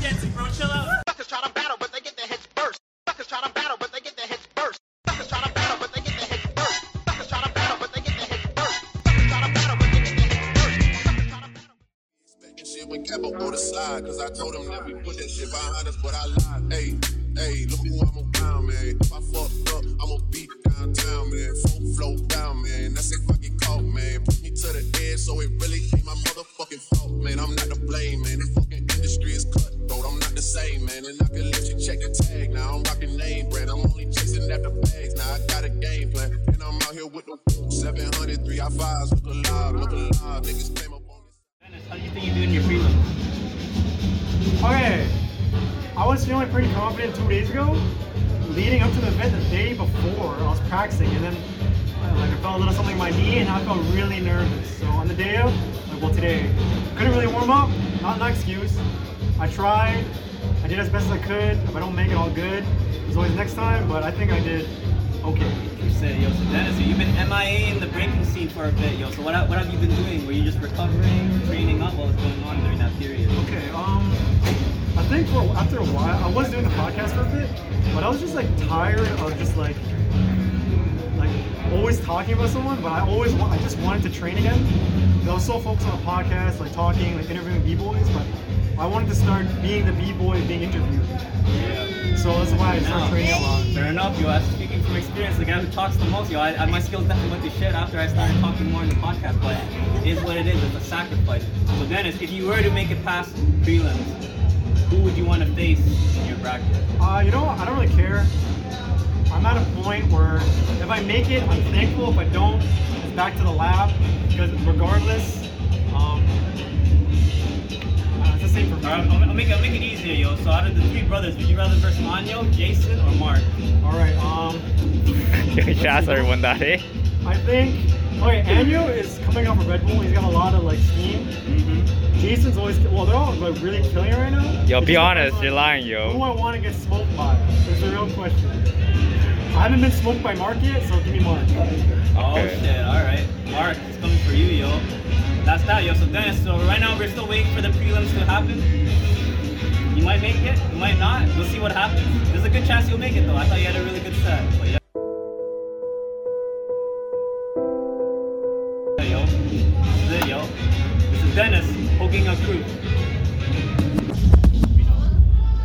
dancing, bro. Chill out. Suckers try to battle, but they get their heads burst. Suckers try to battle, but they get their heads burst. Suckers try to battle, but they get their heads burst. Suckers try to battle, but they get their heads burst. Suckers try to battle, but they get their heads burst. Suckers try to battle. That shit with Capo on the side, cause I told him that we put that shit behind us, but I lied. Hey, hey, look who I'm around, man. If I fucked up, I'ma be downtown, man. Full flow down, man. That's if I get caught, man. Put me to the edge, so it really ain't my motherfucking fault, man. I'm not to blame, man. This fucking industry is cutthroat. I'm not the same, man. And I can let you check the tag now. I'm rocking name brand. I'm only chasing after bags now. I got a game plan, and I'm out here with the 700, 3 I fives. Look alive, look alive. Niggas came up on this. How do you think you do in your prelim? Okay. I was feeling pretty confident two days ago. Leading up to the event the day before, I was practicing, and then uh, like I felt a little something in my knee, and I felt really nervous. So on the day of, like, well today, couldn't really warm up. Not an excuse. I tried. I did as best as I could. If I don't make it, all good. There's always next time, but I think I did okay. You said, yo, so Dennis, you've been MIA in the breaking scene for a bit, yo. So what, what have you been doing? Were you just recovering, training up? What was going on during that period? Okay, um, I think for after a while, I was doing the podcast for a bit, but I was just like tired of just like like always talking about someone. But I always wa- I just wanted to train again. And I was so focused on the podcast, like talking, like interviewing b boys, but I wanted to start being the b boy being interviewed. Yeah. So that's why I started No. training a lot. Fair enough, yo. I'm speaking from experience. The guy who talks the most, yo. I, I, my skills definitely went to shit after I started talking more in the podcast, but it is what it is. It's a sacrifice. So, Dennis, if you were to make it past prelims, who would you want to face in your bracket? Uh, you know, what? I don't really care. I'm at a point where if I make it, I'm thankful. If I don't, it's back to the lab because regardless, um, uh, it's the same for me. All right, I'll, I'll, make it, I'll make it easier, yo. So, out of the three brothers, would you rather verse Manyo, Jason, or Mark? All right. Um, you asked everyone that, eh? I think. Okay, Anu is coming off of Red Bull. He's got a lot of like steam. Mm-hmm. Jason's always well. They're all like really killing right now. Yo, It be just honest, depends you're on lying, Who yo. I want to get smoked by is the real question. I haven't been smoked by Mark yet, so give me Mark. Oh Okay. shit! All right, Mark, it's coming for you, yo. That's that, yo. So Dennis, so right now we're still waiting for the prelims to happen. You might make it, you might not. We'll see what happens. There's a good chance you'll make it, though. I thought you had a really good set, but yeah. Hey, Yo, this is it, yo. This is Dennis poking a crew. You know.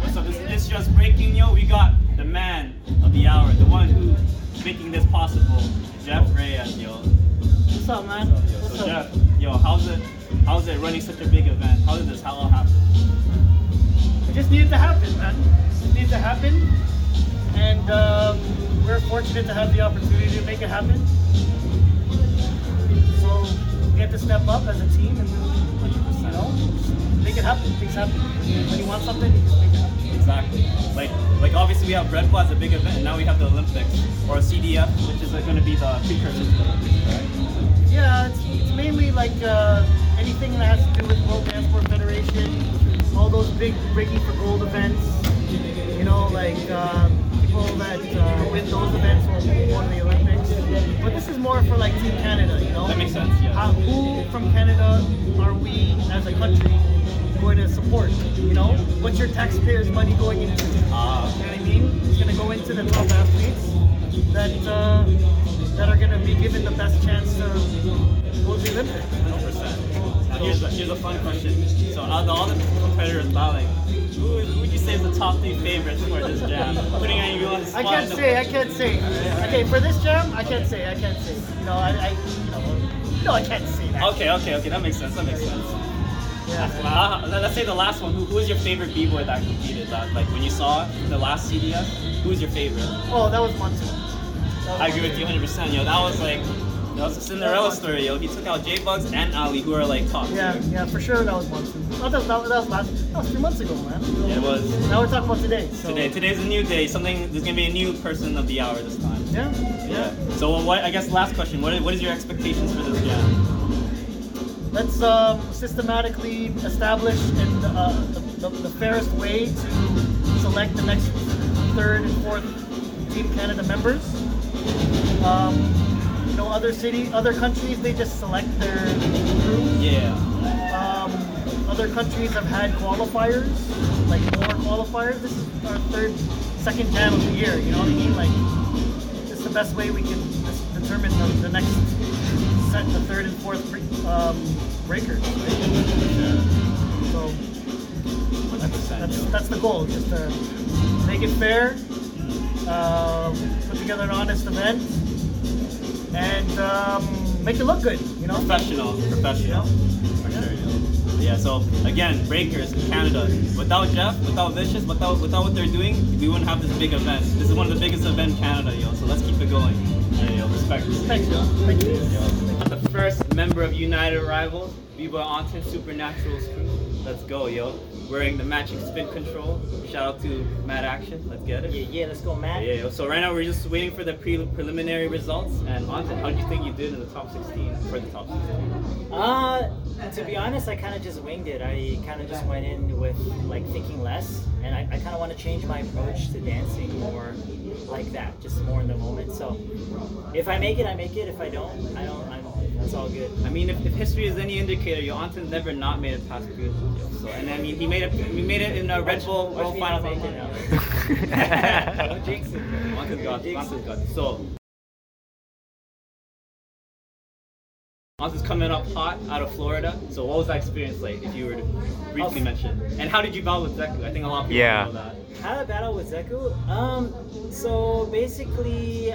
What's up? This is just breaking, yo. We got the man of the hour, the one who's making this possible, Jeff Reyes, yo. What's up, man? Yo, What's so up? Jeff, yo, how's it? How's it running such a big event? How did this all happen? It just needed to happen, man. It just needed to happen, and um, we're fortunate to have the opportunity to make it happen. So we have to step up as a team, and you 100%. know, just make it happen. Things happen. When you want something, you just make it happen. Exactly. Like, like obviously we have Red Bull as a big event, and now we have the Olympics or CDF, which is going to be the precursor to the Olympics, right? Yeah, it's, it's mainly like uh, anything that has to do with World Dance Sport Federation, all those big breaking for gold events. You know, like um, people that uh, win those events will go to the Olympics. But this is more for like Team Canada. You know, That makes sense, yeah. How- who from Canada are we as a country going to support? You know, what's your taxpayers' money going into? Ah, You know what I mean? It's gonna go into the top athletes that uh, that are gonna be given the best chance to go to the Olympics. 100%. Now here's, a- here's a fun question. So out of all the competitors battling, who would who would you say is the top three favorites for this jam? Putting you on the I spot. can't no say. I pressure. can't say. Okay, for this jam, I can't say. I can't say. You know, I, I you know, no, I can't say that. Okay, okay, okay. That makes sense. That makes sense. Yeah. Uh, let- let's say the last one. Who, who was your favorite b-boy that competed? That like when you saw the last CDF, who was your favorite? Oh, that was Monty. I agree with you 100. percent Yo, that was like that was a Cinderella story. Yo, he took out J Bugs and Ali, who are like top. Yeah, tier. yeah, for sure that was Monty. Not that, that, was- that was last. That was three months ago, man. It was Now we're talking about today. So. today. Today's a new day. Something there's gonna be a new person of the hour this time. Yeah. Yeah. So what? I guess last question. What is, what is your expectations for this jam? let's um, systematically establish in uh, the, the, the fairest way to select the next third and fourth Team Canada members. Um, you know, other city, other countries, they just select their group. Yeah. Um, other other countries have had qualifiers, like more qualifiers. This is our third, second jam of the year. You know what I mean? Like, it's the best way we can dis- determine the, the next set, the third and fourth pre- um, breakers. Right? So that's, that's, that's the goal. Just to make it fair, uh, put together an honest event, and um, make it look good. You know. Professional, professional. For Yeah. sure, yeah. Yeah, so again, breakers in Canada. Without Jeff, without Vicious, without without what they're doing, we wouldn't have this big event. This is one of the biggest events in Canada, yo. So let's keep it going. Yeah, yo, respect. Thanks, yo. Thank you. I'm the first member of United Rivals, Viva Anton Supernaturals crew. Let's go, yo. Wearing the matching spin control. Shout out to Mad Action. Let's get it. Yeah, yeah, let's go, Yeah, Matt. yeah, yo. So right now we're just waiting for the pre- preliminary results. And Anton, how do you think you did in the top 16 for the top 16? Uh, to be honest, I kind of just winged it. I kind of just went in with like thinking less, and I, I kind of want to change my approach to dancing more like that, just more in the moment. So if I make it, I make it. If I don't, I don't. I'm, that's all good. I mean, if, if history is any indicator, your Anton's never not made it past Peru. So, and I mean, he made it. He made it in a Red Bull Watch World me Final. not make it now. Anton's Don't jinx it. got. this, Anton's got. this. So. Anton's coming up hot out of Florida. So, what was that experience like? If you were to briefly mention, and how did you battle with Zeku? I think a lot of people Yeah. know that. How to battle with Zeku? Um, so basically,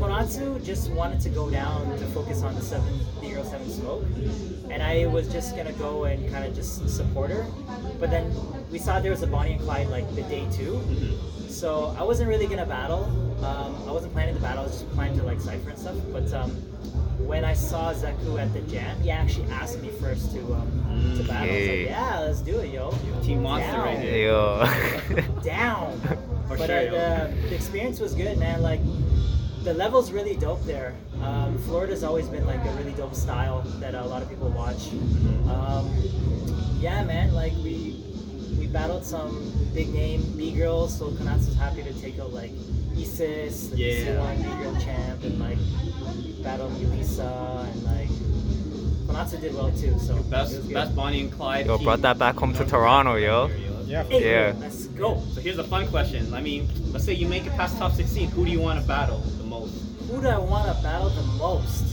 Konatsu just wanted to go down to focus on the seven, the Euro Seven smoke, and I was just gonna go and kind of just support her. But then we saw there was a Bonnie and Clyde like the day two, so I wasn't really gonna battle. Um, I wasn't planning to battle. I was just planning to like cipher and stuff. But um, when I saw Zeku at the jam, he actually asked me first to um, to battle. I was Okay. like, yeah, let's do it, yo. Team Monster right Down here. Yo. down. For but sure, uh, yo. the, the experience was good, man. Like the level's really dope there. Um, Florida's always been like a really dope style that a lot of people watch. Uh, Um, yeah, man. Like we we battled some big name B girls, so Kanatsu's happy to take out like Isis, the Yeah. one B girl champ, and like battled Yulisa and like Kanatsu did well too. So it was Best, good. best Bonnie and Clyde. Yo, team. brought that back home to Toronto, yo. Yeah. Hey, Yeah. Let's go. So here's a fun question. I mean, let's say you make it past top 16. Who do you want to battle the most? Who do I want to battle the most?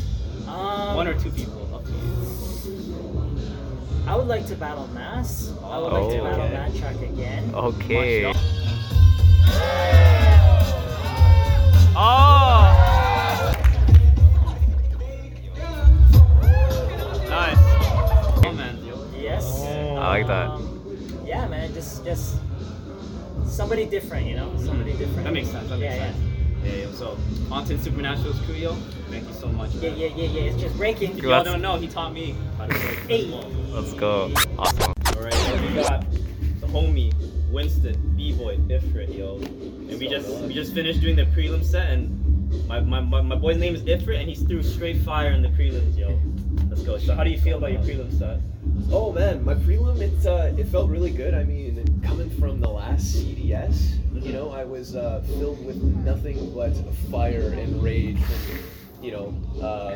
Um, One or two people? Up to you. I would like to battle Mass. I would like to Oh, battle okay. that track again. Okay. Montreal. Oh. Nice. Oh man, yo. Yes. I like that. Um, yeah, man. Just, just somebody different, you know? Somebody different. Mm-hmm. That makes sense. That makes yeah, sense. Yeah. yeah. So, Haunted Supernatural's Kuyo, thank you so much. Yeah. yeah, yeah, yeah, yeah. It's just breaking. If y'all don't know, he taught me how to play Hey. football. Let's go. Awesome. Alright, so we got the homie Winston, B-Boy, Ifrit, yo. And we just we just finished doing the prelim set and my, my, my, my boy's name is Ifrit and he threw straight fire in the prelims, yo. Let's go. So how do you feel about your prelim set? Oh man, my prelim it uh, it felt really good. I mean, coming from the last CDS, you know, I was uh, filled with nothing but fire and rage from you know uh,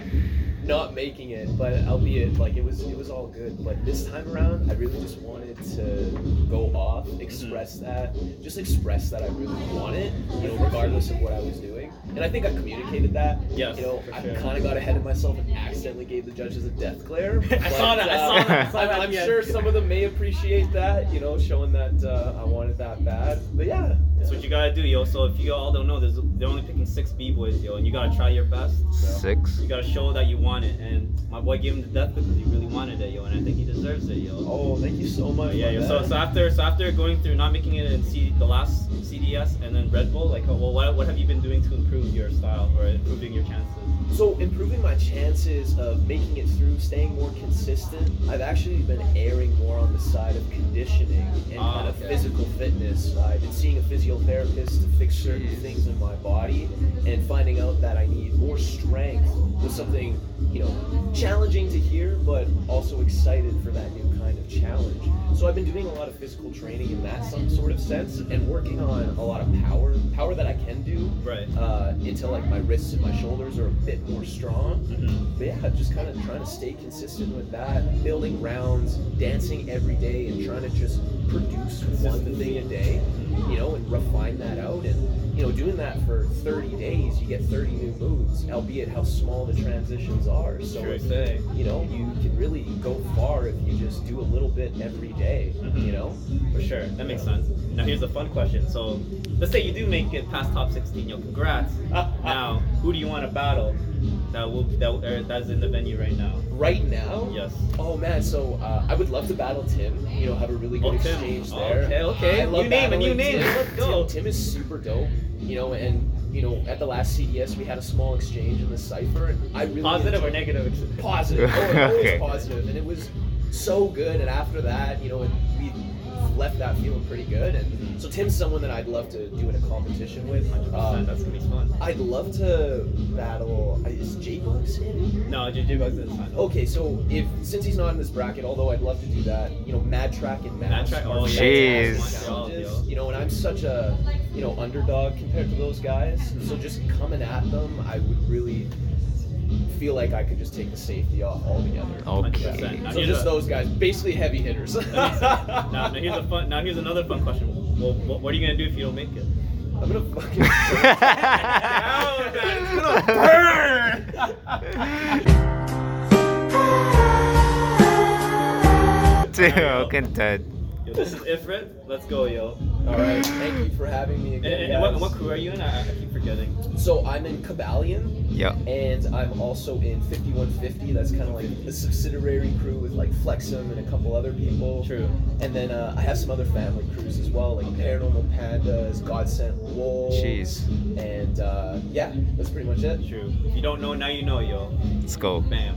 not making it. But albeit like it was it was all good. But this time around, I really just wanted to go off, Mm-hmm. express that, just express that I really want it, you know, regardless of what I was doing. And I think I communicated that. Yes, You know, for I sure. kind of got ahead of myself and accidentally gave the judges a death glare. I saw that, I saw that, I saw I'm- that, I'm yeah. sure some of them may appreciate that, you know, showing that uh, I wanted that bad. But yeah, That's what you gotta do, yo. So if you all don't know, there's, they're only picking six B-Boys, yo, and you gotta try your best. Six. You gotta show that you want it. And my boy gave him the death because he really wanted it, yo, and I think he deserves it, yo. Oh, thank you so much. But yeah, my yeah. So, bad. so after so after going through not making it in C, the last CDS and then Red Bull, like well, what, what have you been doing to improve your style or improving your chances? So improving my chances of making it through, staying more consistent. I've actually been erring more on the side of conditioning and Ah, kind of okay. physical fitness. I've been seeing a physiotherapist to fix certain things in my body and finding out that I need more strength was something, you know, challenging to hear, but also excited for that new kind of of challenge. So I've been doing a lot of physical training in that some sort of sense, and working on a lot of power, power that I can do Right. uh, until like my wrists and my shoulders are a bit more strong. Mm-hmm. But yeah, just kind of trying to stay consistent with that, building rounds, dancing every day, and trying to just produce one thing a day, Mm-hmm. you know, and refine that out. And, you know, doing that for 30 days, you get 30 new moves, albeit how small the transitions are. So, Sure it's, thing. you know, you can really go far if you just do a little bit every day, you know? Mm-hmm. For sure, that makes sense. Now here's a fun question. So, let's say you do make it past top 16. Yo, congrats. now, who do you want to battle? That will that er, that's in the venue right now. Right now, Yes. Oh man, so uh, I would love to battle Tim. You know, have a really good Oh, Tim. exchange there. Okay, okay. I love New name, a new battling name. Tim. Let's go. Tim, Tim is super dope. You know, and you know, at the last CES we had a small exchange in the cipher, and I really Positive or enjoyed- negative? Positive. Oh, always Okay. positive, and it was so good. And after that, you know, it, we left that feeling pretty good. And so Tim's someone that I'd love to do in a competition with. 100%. Um, That's gonna be fun. I'd love to battle. Is J Bugs in? No, JJ Bugs is fine. Okay, so if since he's not in this bracket, although I'd love to do that, you know, Mad Track and Mad Mad Track, oh, yeah. Jeez. challenges, you know, and I'm such a you know underdog compared to those guys. So just coming at them, I would really feel like I could just take the safety off altogether. Okay. 100%. Now, So here's just a- those guys, basically heavy hitters. now, now here's a fun. Now here's another fun question. Well, what, what are you gonna do if you don't make it? I'm gonna fucking. Oh, Down, man. Too content. Yo, this is Ifrit. Let's go, yo. All right, thank you for having me And, again. and what, guys. what crew are you in? I, I keep forgetting. So I'm in Cabalion. Yep. and I'm also in 5150. That's kind of like a subsidiary crew with like Flexum and a couple other people. True. And then uh, I have some other family crews as well, like Paranormal Pandas, God Sent Wolves. Jeez. And uh, yeah, that's pretty much it. True. If you don't know, now you know, yo. Let's go. Bam.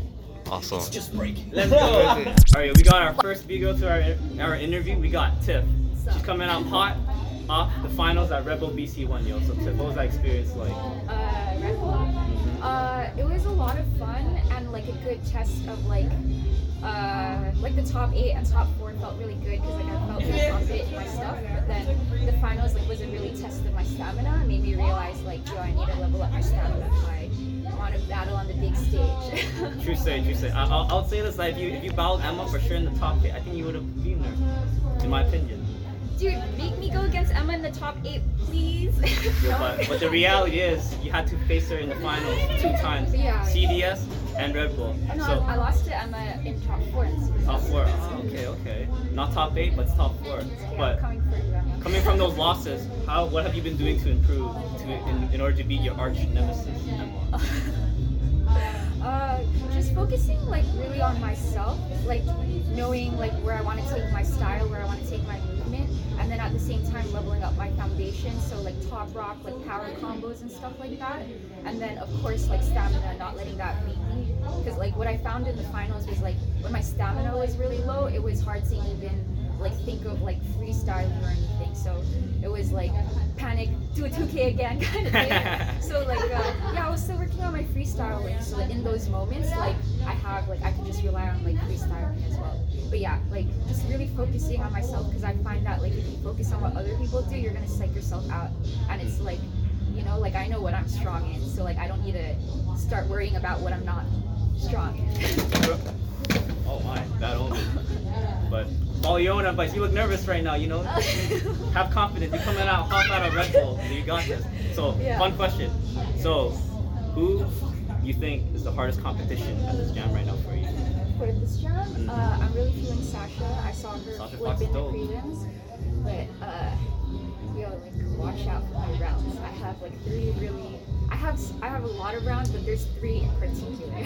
Awesome. Just break. Let's go. All right, we got our first we go to our our interview. We got Tiff. She's coming out hot off the finals at Rebel BC One, yo. So Tiff, what was that experience like? uh, Red Bull. Uh, it was a lot of fun and like a good test of like uh, like the top eight and top four felt really good because like I felt really confident in my stuff. But then the finals like was a really test of my stamina. It made me realize like, yo, I need to level up my stamina if I want to battle on the big stage. True say, true say. I, I'll, I'll say this: like, if you if you battled Emma for sure in the top eight, I think you would have been there, in my opinion. Dude, make me go against Emma in the top eight, please. Yeah, but, but the reality is, you had to face her in the finals two times: Yeah. CDS and Red Bull. No, so I, I lost to Emma in top four. in top four. Oh, okay, okay. Not top eight, but top four. Yeah, But coming for you, Emma. coming from those losses, how what have you been doing to improve to in, in order to beat your arch nemesis? Emma? uh, just focusing like really on myself, like knowing like where I want to take my style, where I want to take my movement, and then at the same time leveling up my foundation. So like top rock, like power combos and stuff like that, and then of course like stamina, not letting that beat me. Because like what I found in the finals was like when my stamina was really low, it was hard to even like think of like freestyling or anything. So it was like panic, do a 2K again kind of thing. so like uh, yeah, I was still working on my freestyling. So like, in those moments, like I have like I can just rely on like freestyling as well. But yeah, like just really focusing on myself because I find that like if you focus on what other people do, you're gonna psych yourself out, and it's like you know like I know what I'm strong in, so like I don't need to start worrying about what I'm not strong in. Oh my, that only. But follow your own advice. You look nervous right now, you know. Have confidence. You're coming out hop out of Red Bull. You got this. So Yeah. fun question. So who you think is the hardest competition at this jam right now for you? for this job. Uh, I'm really feeling Sasha. I saw her Mm-hmm. Sasha flip Fox in the dope. prelims, but uh, yo, like watch out for my rounds. I have like three really. I have s- I have a lot of rounds, but there's three in particular.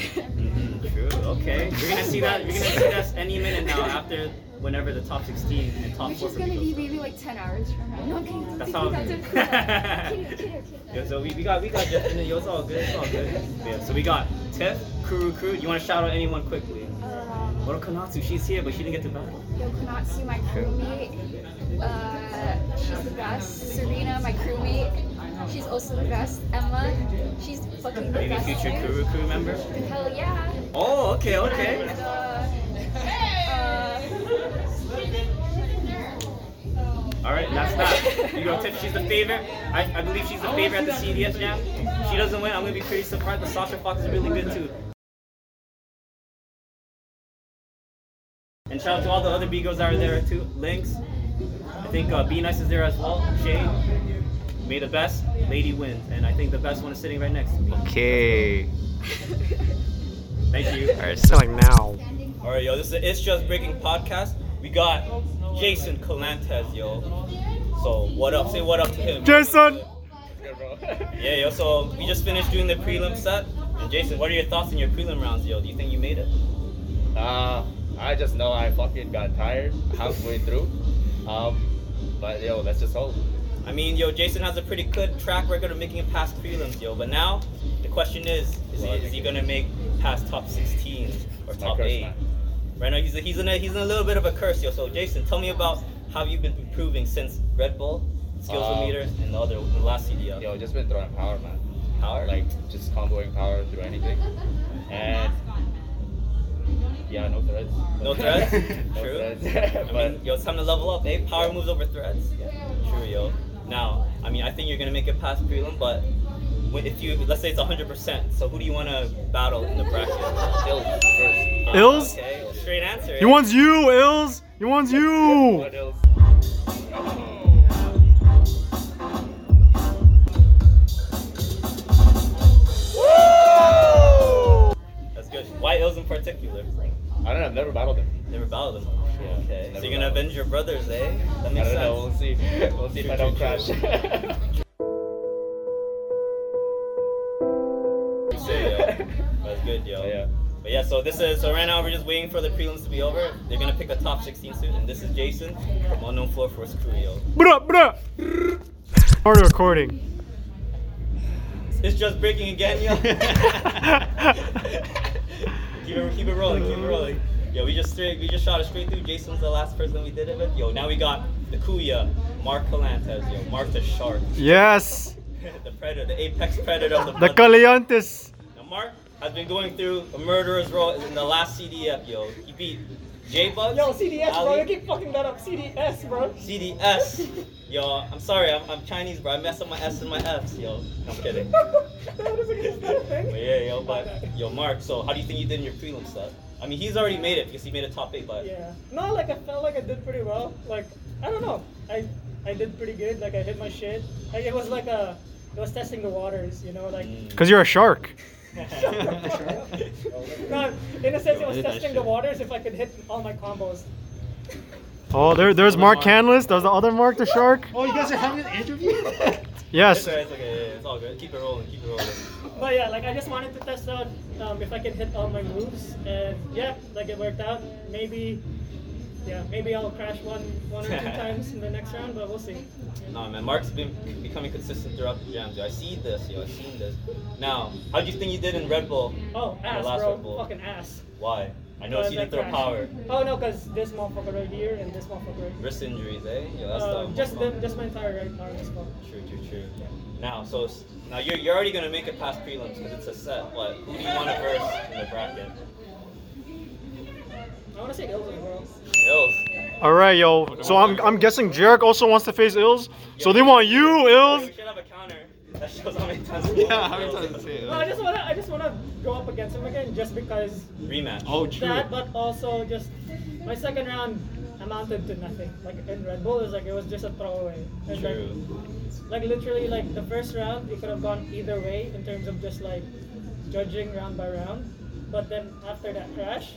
True. Okay. You're gonna see that. You're gonna see that any minute now after whenever the top 16 and top Which four. is for gonna people be start. maybe like 10 hours from now. No, I'm kidding. That's That's all all. good. Yeah, so we, we got we got Jeff in the yo, it's all good, it's all good. Yeah, so we got Tiff, Kuru Kuru. You wanna shout out anyone quickly? Um, What Kanatsu, she's here but she didn't get to battle. Yo, Konatsu, my crewmate. Uh, she's the best. Serena, my crewmate. She's also the best. Emma, she's fucking the Maybe best. future too. Kuru Kuru member? Hell yeah. Oh okay, okay. And, uh, uh, and that's that. You know, Tiff, she's the favorite. I, I believe she's the favorite at the CDS jam. If she doesn't win, I'm gonna be pretty surprised. The Sasha Fox is really good too. And shout out to all the other Bigos that are there too. Links. I think uh, Be Nice is there as well. Shade. May the best lady wins, and I think the best one is sitting right next to me. Okay. Thank you. All right, so- Like now. All right, yo, this is the It's Just Breaking podcast. We got Jason Colantes, yo. So what up? Say what up to him. Jason. Yeah, yo. So we just finished doing the prelim set. And Jason, what are your thoughts on your prelim rounds, yo? Do you think you made it? Uh, I just know I fucking got tired halfway through. Um, but yo, let's just hope. I mean, yo, Jason has a pretty good track record of making it past prelims, yo. But now, the question is, is he, is he gonna make past top 16 or top curse, eight? man. Right now, he's a, he's in a he's in a little bit of a curse, yo. So, Jason, tell me about how you've been improving since Red Bull, skills Um, meter, and the other the last CDL. Yo, just been throwing power, man. Power? Like just comboing power through anything. And yeah, no threads. No threads? no True. threads. I but mean, yo, it's time to level up, eh? Power moves over threads. True, yo. Now, I mean, I think you're gonna make it past prelim, but when- if you, let's say it's 100%, so who do you wanna battle in the bracket? Ills first. Uh, Ills? Okay, straight answer. He wants you, Ills. He wants you. eh? That's good. Why Ills in particular? I don't know. I've never battled them. Never battled them. okay. eh? So never you're gonna avenge your brothers, eh? That makes I don't know, we'll sense. see. We'll see if I don't crash. Say, yo. That's good, yo. Yeah. But yeah, so this is so right now we're just waiting for the prelims to be over. They're gonna pick a top 16 soon, and this is Jason from Unknown Floor Force Crew, yo. Bruh, bruh. Start recording. It's just breaking again, yo. keep it, keep it rolling, keep it rolling. Yo, we just straight, we just shot it straight through. Jason's the last person we did it with. Yo, now we got the Kuya, Mark Calantes, yo, Mark the Shark, Yes. the Predator, the Apex Predator of the. The Calientes. Now Mark has been going through a murderer's role in the last CDF, yo. He beat J Bug. Yo, CDS, bro. Ali, You keep fucking that up. CDS, bro. CDS. Yo, I'm sorry, I'm, I'm Chinese, bro. I mess up my S and my Fs, yo. I'm kidding. But yeah, yo, but yo, Mark. So, how do you think you did in your prelim set? I mean, he's already made it because he made a top eight, but Yeah. No, like I felt like I did pretty well. Like I don't know. I I did pretty good. Like I hit my shit. Like it was like a it was testing the waters. You know, like. Cause you're a shark. no, in a sense, it was Hit that testing the waters if I could hit all my combos. Oh, there, there's Mark Canlis. There's the other Mark the shark. Oh, you guys are having an interview? Yes. It's, alright, it's okay. yeah, it's all good. Keep it rolling. Keep it rolling. But yeah, like I just wanted to test out um, if I can hit all my moves, and yeah, like it worked out. Maybe, yeah, maybe I'll crash one, one or two times in the next round, but we'll see. Nah, man. Mark's been becoming consistent throughout the jams. Yo. I see this, yo. I seen this. Now, how do you think you did in Red Bull? Oh, in the ass, last bro, Red Bull. fucking ass. Why? I know Because you didn't throw crashed. power. Oh no, cause this motherfucker right here and this motherfucker right here. Wrist injuries, eh? Yo, that's Uh, the just them, just my entire right arm as well. True, true, true. Now, so s- now you're, you're already gonna make it past prelims because it's a set. But who do you want to verse in the bracket? I wanna say Ills as well. Ills. All right, yo. So I'm, I'm guessing Jarek also wants to face Ills. So they want you, Ills. That shows how many times. Yeah, how many times it No, I just wanna, I just wanna go up against him again, just because. Rematch. Oh, true. That, but also just my second round amounted to nothing. Like in Red Bull, it was like it was just a throwaway. And like- True. Like, literally, like the first round, it could have gone either way in terms of just like judging round by round. But then after that crash,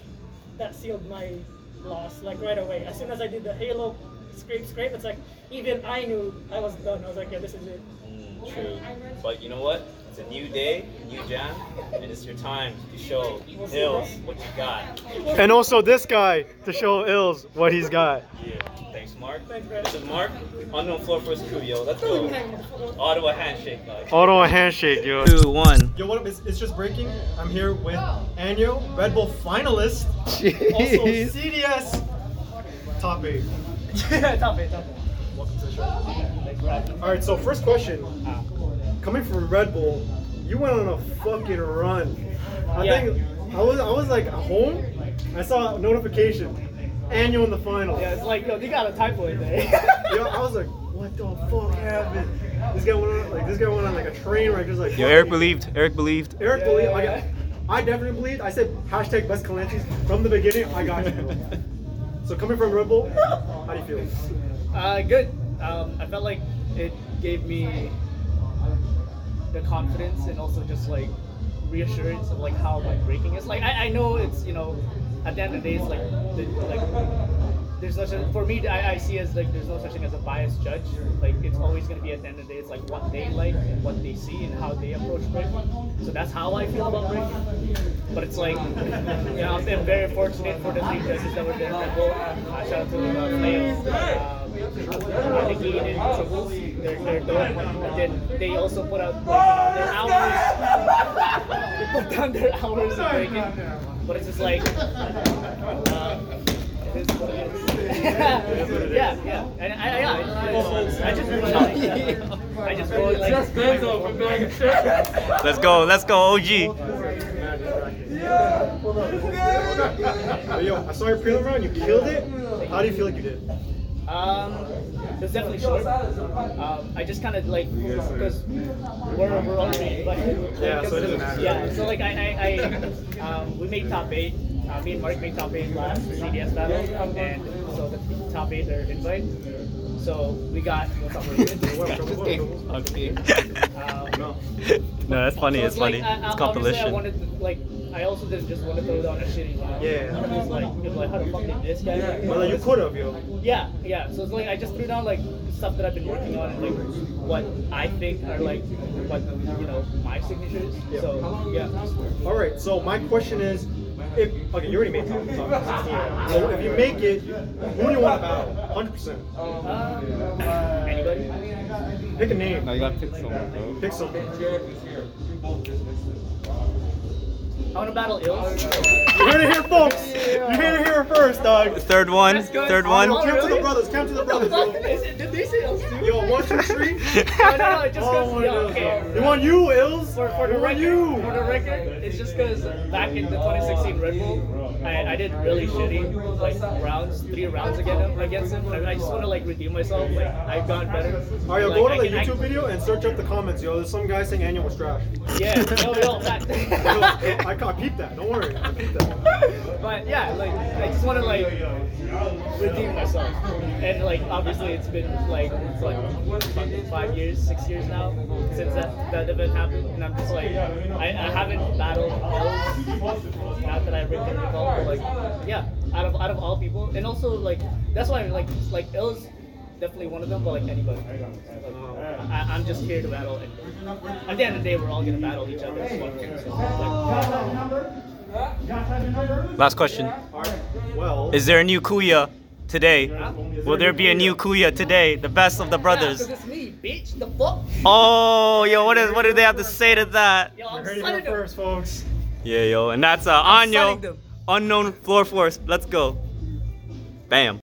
that sealed my loss like right away. As soon as I did the Halo scrape scrape, it's like even I knew I was done. I was like, yeah, this is it. Mm, True. But you know what? It's a new day, new jam, and it's your time to show Ills what you got. And also this guy to show Ills what he's got. Yeah. Thanks, Mark. This is Mark. Unknown floor first crew, yo. Let's go. Oh. Ottawa handshake, dog. Ottawa handshake, yo. Two, one. Yo, what up? It's, it's just breaking. I'm here with Anyo, Red Bull finalist. Also Jeez. CDS top eight. top eight, top eight. Welcome to the show. All right, so first question. Coming from Red Bull, you went on a fucking run. I Yeah. think I was I was like at home. I saw a notification. and you in the final. Yeah, it's like, yo, they got a typo in there. yo, I was like, what the fuck happened? This guy went on like this guy went on like a train wreck. Just like Yo, Eric believed. Eric believed. Eric believed. Like, I definitely believed. I said hashtag best Comanches from the beginning. I got you. so coming from Rebel, how do you feel? Uh, good. Um, I felt like it gave me the confidence and also just like reassurance of like how my breaking is. Like I, I know it's you know at the end of the day it's like the, like there's no such for me I, I see as like there's no such thing as a biased judge. Like it's always gonna be at the end of the day it's like what they like and what they see and how they approach breaking. So that's how I feel about breaking. But it's like you know I'm I'm very fortunate for the three judges that were there. Uh, shout out to uh, Leo. Uh, Nikki and Trouble, they're, they're dope. And then they also put out like, their hours. they put down their hours of breaking. But it's just like, uh, it is what it is. yeah, yeah. And I, I, yeah, it's- I just really like that. I just really like Just Benzo from Bang Let's go. Let's go, OG. But yo, I saw your prelim round. You killed it. How do you feel like you did? Um, it's definitely short. Um, I just kind of like because we're we're already but Yeah, so it doesn't matter. Yeah, so like I I, I um, we made top eight. Uh, me and Mark made top eight last CDS battle, and so the top eight are invite. So we got what's up with it? Um, No, that's funny. so It's funny. Like, I- I- It's obviously I competition. wanted to, like I also didn't just want to throw down a shitty round. Yeah. I was like, it was like how the fuck did this guy? Well, like, you could have, yo. Yeah, yeah. So it's like I just threw down like stuff that I've been working on and like what I think are like what you know my signatures. So yeah. All right. So my question is, if okay, you already made top, top 16. So if you make it, who do you want to battle? 100. percent Anybody? Pick a name. No, you gotta pick someone, bro. Pick someone. I want to battle Ills. You heard it here, folks. You heard it here first, dog. Third one. That's good. Third one. Oh, Count to the really? brothers. Count to the What the brothers. fuck? yo. Is it- Did they say Ills too? Yo, one, two, three. No, no, no. It just Oh, goes. one Yeah, of those. okay. You want you, Ills? For, for the You want record, you. for the record, it's just because back in the 2016 Red Bull, I, I did really shitty like rounds, three rounds again against him. I, I just want to like redeem myself. Like I got better. All right, yo, Like, go I to the can- I- YouTube video and search up the comments, yo. There's some guy saying annual was trash. Yeah, yo, yo, that- Yo, I, I peeped that. Don't worry. I peeped that. But yeah, like I just want to like redeem myself, and like obviously it's been like it's like fucking five years, six years now since that that event happened, and I'm just like I, I haven't battled uh, elves not that I really can recall, but like yeah, out of out of all people, and also like that's why like like elves definitely one of them, but like anybody, like, I, I'm just here to battle, and at the end of the day we're all gonna battle each other. as one team, so, like, Last question. Well, Is there a new Kuya today? Will there be a new Kuya today? The best of the brothers. Yeah, 'cause it's me, bitch. The fuck? Oh, yo, what is what do they have to say to that? Yo, I'm heard it signing here them. first, folks. Yeah, yo, and that's uh, I'm signing Anyo, them. unknown floor force. Let's go. Bam.